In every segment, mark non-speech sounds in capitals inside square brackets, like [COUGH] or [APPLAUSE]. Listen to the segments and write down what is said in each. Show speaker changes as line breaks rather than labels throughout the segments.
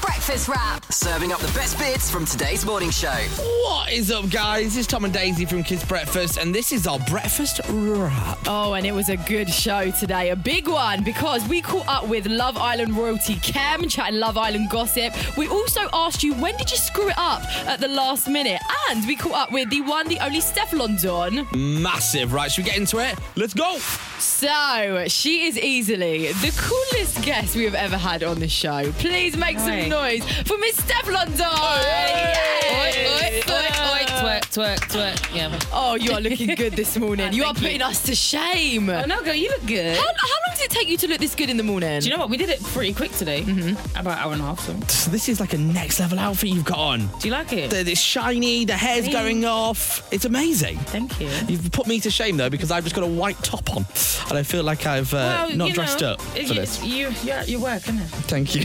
Breakfast Wrap.
Serving up the best bits from today's morning show.
What is up, guys? It's Tom and Daisy from Kids Breakfast, and this is our breakfast wrap.
Oh, and it was a good show today. A big one because we caught up with Love Island royalty Cam, chatting Love Island gossip. We also asked you when did you screw it up at the last minute, and we caught up with the one, the only Steph London.
Massive, right? Should we get into it? Let's go.
So she is easily the coolest guest we have ever had on the show. Please make some
Right.
noise for Miss Steph London.
Oi,
Yay!
oi, oi, oi, twerk, twerk, twerk. Yeah.
Oh, you are looking good
[LAUGHS]
this morning. you are
Thank you.
putting us to shame.
Oh no, girl, you look good.
How, how long did it take you to look this good in the morning?
Do you know what? We did it pretty quick today. Mm-hmm. About hour and a half. So.
This is like a next level outfit you've got on.
Do you like it?
It's shiny, the hair's going off. It's amazing.
Thank you.
You've put me to shame though because I've just got a white top on, and I feel like I've uh, not dressed up for
you,
this.
You, you're at your work, isn't it? [LAUGHS]
Thank you.
[LAUGHS]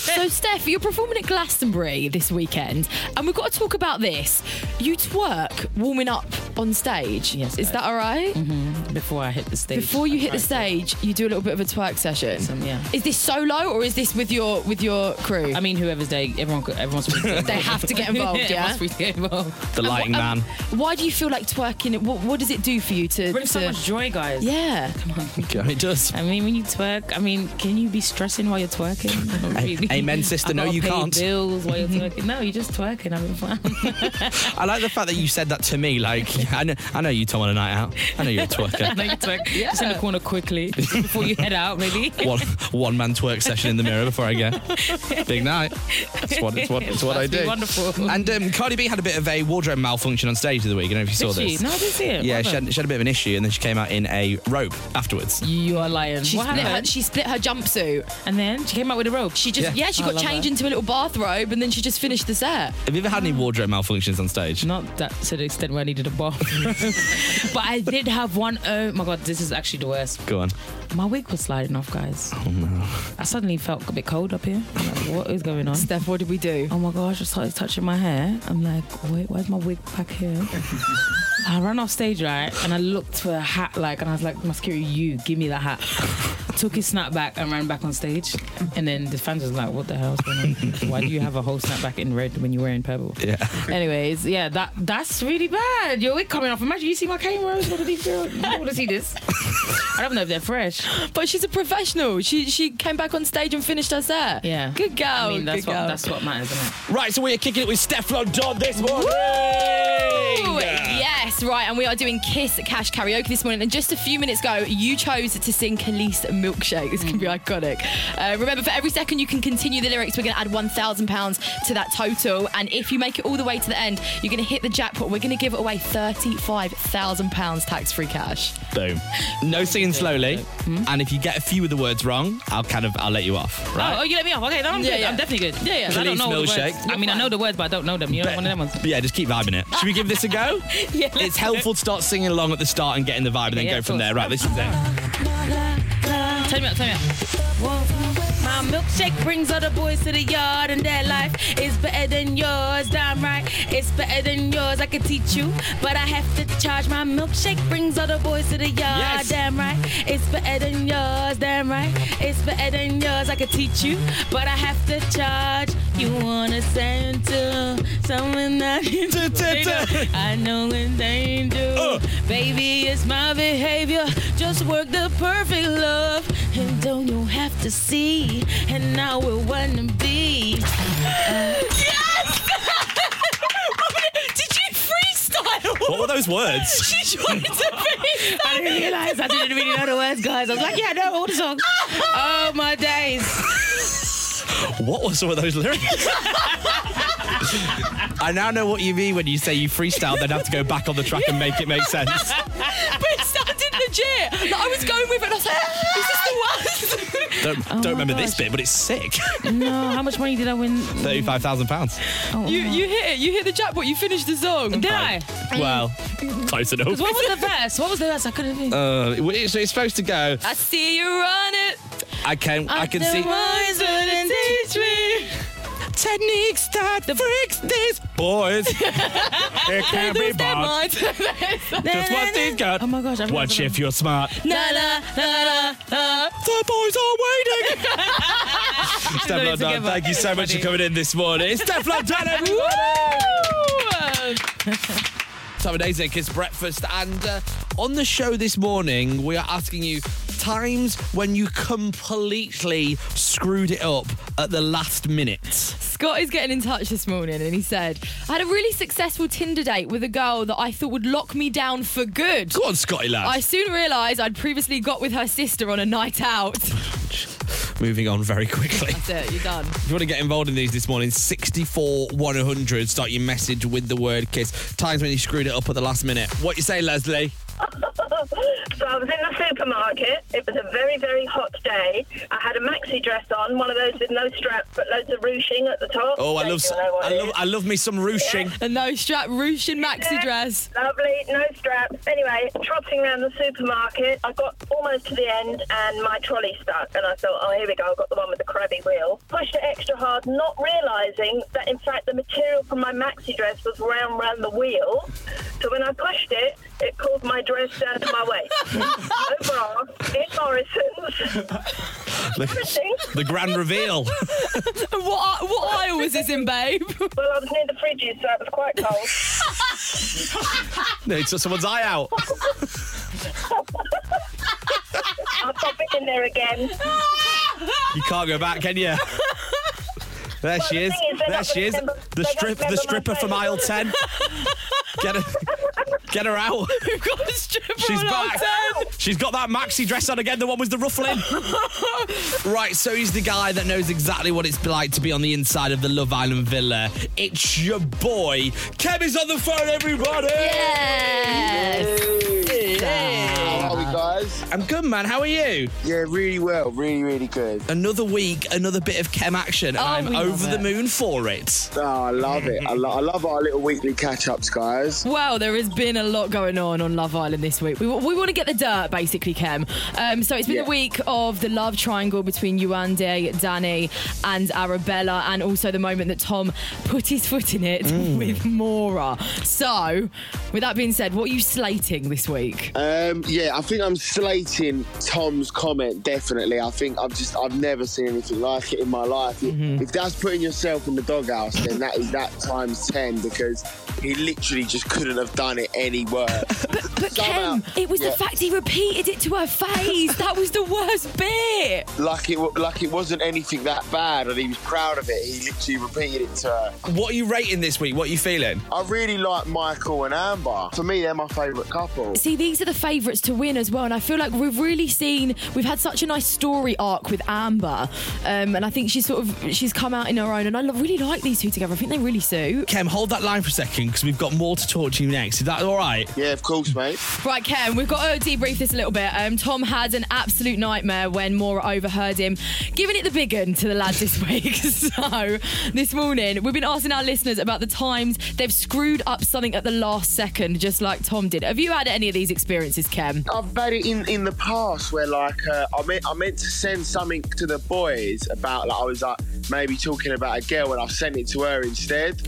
so, Steph, you're performing at Glastonbury this weekend, and we've got to talk about this. You twerk warming up on stage.
Yes,
Is
I-
that all right?
Before I hit the stage.
Before you
I
hit the
tried to-
stage, you do a little bit of a twerk session.
Some- yeah.
Is this solo or is this with your with your crew?
I mean, whoever's day, everyone, could- everyone's free to get involved.
They have to get involved,
[LAUGHS]
yeah?
Everyone's free to get involved.
the lighting
Um,
man.
Why do you feel like twerking? What, what does it do for you to?
Brings so
to-
much joy, guys.
yeah.
Yeah, it does.
I mean, when you twerk, I mean, can you be stressing while you're twerking? Not really. [LAUGHS]
amen, sister.
I
No,
gotta
you
pay
can't.
Bills while you're twerking. No, you're just twerking. having fun.
I like the fact that you said that to me. Like, I know, I know you, Tom, on a night out. I know you're a
[LAUGHS]
twerker.
No, you twerk. Just in the corner quickly [LAUGHS] just before you head
[LAUGHS]
out, maybe.
one one man twerk session in the mirror before I go. Big night. That's what it's what, it's what I
Must be
do.
wonderful.
And um, Cardi B had a bit of a wardrobe malfunction on stage the other week. I don't know if you saw
Did she?
this.
No, I didn't see it.
yeah,
What
she
happened?
had, she had a bit of an issue, and then she came out in a robe afterwards.
You are lying.
She
what
split, her,
happened?
she split her jumpsuit.
and then she came out with a rope.
She just
Yeah.
yeah, she
I
got
love
changed
her.
into a little bathrobe and then she just finished the set.
Have you ever had any wardrobe malfunctions on stage?
Not that to the extent where I needed a bathroom. [LAUGHS] but I did have one. Oh my god, this is actually the worst.
Go on.
My wig was sliding off, guys. Oh no. I suddenly felt a bit cold up here. I'm like, what is going on?
Steph, what did we do?
Oh my gosh, I started touching my hair. I'm like, wait, where's my wig back here? I ran off stage, right? And I looked for a hat, like, and I was like, Mascara, you, give me that hat. [LAUGHS] Took his snap back and ran back on stage. And then the fans was like, what the hell's going on? Why do you have a whole snapback in red when you're wearing purple?
Yeah.
Anyways, yeah, that that's really bad. Your wig coming off. Imagine you see my cameras. What do these girls? You want to see this? I don't know if they're fresh.
But she's a professional. She she came back on stage and finished her set.
Yeah.
Good girl.
I mean, that's
Oh, good
what
girl.
that's what matters, isn't it?
Right, so we are kicking it with Steph London this morning.
Ooh,
Yeah.
Yes, right, and we are doing Kiss Cash karaoke this morning. And just a few minutes ago, you chose to sing Khalees Milkshake. This can be
Mm.
iconic. Uh, remember, for every second you can continue the lyrics, we're going to add £1,000 to that total. And if you make it all the way to the end, you're going to hit the jackpot. We're going to give away £35,000 tax free cash.
Boom. No singing slowly. And if you get a few of the words wrong, I'll kind of I'll let you off. Right.
Oh, oh, you let me off. Okay, no, I'm
Yeah,
good.
yeah.
I'm definitely good. Yeah, yeah. 'cause I
Police
don't know all the
milkshake.
words. I mean, I know the words, but I don't know them. You know, one of them ones.
But yeah, just keep vibing it. Should we give this a go?
[LAUGHS] Yeah,
It's
let's
helpful to start singing along at the start and getting the vibe and then
Yeah,
go
of
from
course.
there. Right, this is
[LAUGHS]
it.
Turn me up, turn me up.
My milkshake brings all the boys to the yard, and their life is better than yours. Damn right, it's better than yours. I could teach you, but I have to charge. My milkshake brings all the boys to the yard.
Yes.
Damn right, it's better than yours. Damn right, it's better than yours. I could teach you, but I have to charge. You wanna send to someone that [LAUGHS] you
Ta- ta- ta.
I know when they do.
Uh.
Baby, it's my behavior. Just work the perfect love. And don't you have to see. And I will wanna be.
Did you freestyle?
What were those
[LAUGHS]
words?
She tried to
I didn't realize I didn't really know the words, guys. I was like, yeah, I know all the songs. oh my days.
What were some of those
[LAUGHS]
lyrics? I now know what you mean when you say you freestyle, then have to go back on the track and make it make
[LAUGHS]
sense.
but it sounded legit. Like, I was going with it and I was like,
"Ah!"
this is the worst.
Don't,
Oh
don't remember this bit, but it's sick.
No, how much money did I win?
Thirty-five thousand pounds.
Oh
You you hit it. You hit the jackpot. You finished the song.
Did I? [LAUGHS]
Well, close enough.
What was the verse? What was the verse? I couldn't think.
Uh, it's, it's supposed to go.
I see you run it.
I can. I can see.
Boys wouldn't teach me.
Techniques that freaks these
[LAUGHS]
boys. it can be bad. Just what they've got.
Oh my gosh, I
Watch if you're smart.
Na, na, na, na, na. [LAUGHS]
The boys are waiting. Steph
done it
London,
together.
thank you so much for coming in this morning. It's Steph
[LAUGHS]
London, everyone! Simon Dazek, it's breakfast. And uh, on the show this morning, we are asking you times when you completely screwed it up at the last minute.
Scott is getting in touch this morning and he said, I had a really successful Tinder date with a girl that I thought would lock me down for good.
Go on, Scotty lad.
I soon realised I'd previously got with her sister on a night out. [LAUGHS]
Moving on very quickly.
That's it, you're done.
If you want to get involved in these this morning, 64 100. Start your message with the word kiss. Times when you screwed it up at the last minute. What you say, Leslie?
So I was in the supermarket. It was a very, very hot day. I had a maxi dress on, one of those with no straps but loads of ruching at the top.
Oh, I
Don't
love,
you know what
I
it
love,
is?
I love me some ruching.
A no strap, ruching maxi dress.
Lovely, no straps. Anyway, trotting around the supermarket, I got almost to the end and my trolley stuck. And I thought, oh, here we go, I've got the one with the crabby wheel. Pushed it extra hard, not realising that in fact the material from my maxi dress was round round the wheel. So when I pushed it, it pulled my dress down to my
[LAUGHS]
waist. no bra, in Morrison's. Embarrassing.
The grand reveal. [LAUGHS]
And What, what aisle was this in, babe?
Well, I was near the fridges, so it was quite cold.
no, it's someone's eye out.
I'll pop it in there again.
You can't go back,
[LAUGHS]
can you? There she
the
is.
thing is, they're
there
not
she
gonna
is.
remember-
the
they don't
strip, the
remember my
stripper from
face.
aisle ten. Get her, get her out.
[LAUGHS]
We've got a stripper
She's
on our
back.
turn.
She's got that maxi dress on again. The one with the ruffling.
[LAUGHS]
right. So he's the guy that knows exactly what it's like to be on the inside of the Love Island villa. It's your boy. Kev is on the phone. Everybody.
Yes.
How are we, guys?
I'm good, man. How are you?
Uh, Yeah, really well, really, really good.
Another week, another bit of Kem action, and
Oh,
I'm
we
over
love
the
it.
moon for it.
Oh, I love it. I, lo- I love our little weekly catch-ups, guys.
Well, there has been a lot going on on Love Island this week. We, we want to get the dirt, basically, Kem. Um, so it's been
Yeah.
the week of the love triangle between Yuande, Danny, and Arabella, and also the moment that Tom put his foot in it
Mm.
[LAUGHS] with Mora. So, with that being said, what are you slating this week?
Um, yeah, I think I'm slating Tom's comment definitely. I think I've just I've never seen anything like it in my life. If that's putting yourself in the doghouse, then that is that times ten because he literally just couldn't have done it any worse.
But
Somehow-
Kem, it was
yeah.
the fact he repeated it to her face. that was the worst bit.
like it wa- like it wasn't anything that bad, and he was proud of it. He literally repeated it to her.
What are you rating this week? What are you feeling?
I really like Michael and Amber. For me, they're my favourite couple.
See, these are the favourites to win as well, and I feel like we've really seen we've had such a nice story arc with Amber, um, and I think she's sort of she's come out in her own, and I lo- really like these two together. I think they really suit.
Kem, hold that line for a second because we've got more to talk to you next. Is that all right?
Yeah, of course, mate.
Right, Ken, we've got to debrief this a little bit. Um, Tom had an absolute nightmare when Maura overheard him giving it the big un to the lad this [LAUGHS] week. so this morning we've been asking our listeners about the times they've screwed up something at the last second, just like Tom did. Have you had any of these experiences, Ken?
I've had it in, in the past where like uh, I meant I meant to send something to the boys about like I was like maybe talking about a girl and I've sent it to her instead.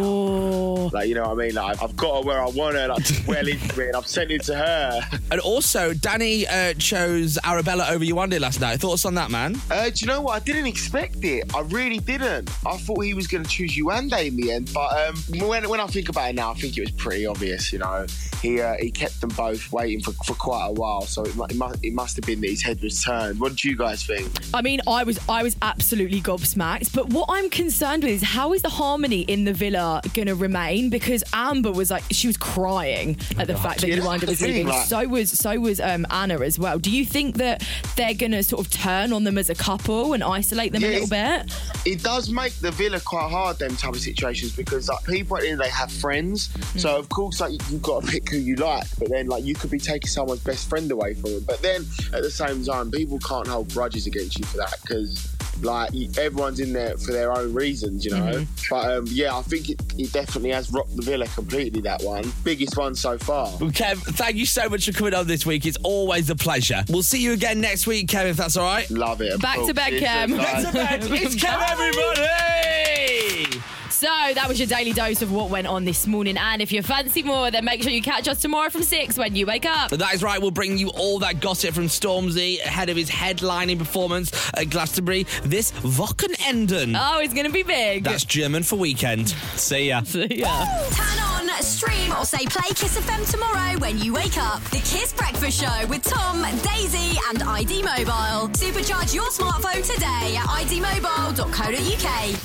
Oh.
Like you know what I mean? Like I've got her where I want her, like well into it, and I've sent it to her.
And also, Danny uh, chose Arabella over Yuande last night. Thoughts on that, man?
Uh, do you know what? I didn't expect it. I really didn't. I thought he was going to choose Yuande in the end, but um, when, when I think about it now, I think it was pretty obvious. You know, he uh, he kept them both waiting for, for quite a while, so it, mu- it, must, it must have been that his head was turned. What do you guys think?
I mean, I was I was absolutely gobsmacked. But what I'm concerned with is how is the harmony in the villa gonna remain? Because Amber was like she was crying at the fact that
Oh, Yeah,
Yolanda was
that's the thing,
leaving.
like-
So was so was um, Anna as well. Do you think that they're gonna sort of turn on them as a couple and isolate them a
Yeah,
little bit?
it does make the villa quite hard them type of situations because like people at the end they have friends
Mm.
so of course like you've got to pick who you like but then like you could be taking someone's best friend away from them but then at the same time people can't hold grudges against you for that because like you- everyone's in there for their own reasons you know
Mm-hmm.
but um, yeah I think it, it definitely has rocked the villa completely that one biggest one so far
Well, Kev, thank you so much for coming on this week. It's always a pleasure. We'll see you again next week, Kev, if that's all right.
love it of
Back to
course.
bed,
Cheers,
Cam.
guys.
It's Kev, everybody!
So that was your daily dose of what went on this morning. And if you fancy more, then make sure you catch us tomorrow from six when you wake up.
That is right. We'll bring you all that gossip from Stormzy ahead of his headlining performance at Glastonbury this Wochenenden.
Oh, it's gonna be big.
That's German for weekend. See ya.
Turn on, stream, or say play Kiss FM tomorrow when you wake up. The Kiss Breakfast Show with Tom, Daisy, and ID Mobile. Supercharge your smartphone today at idmobile.co.uk.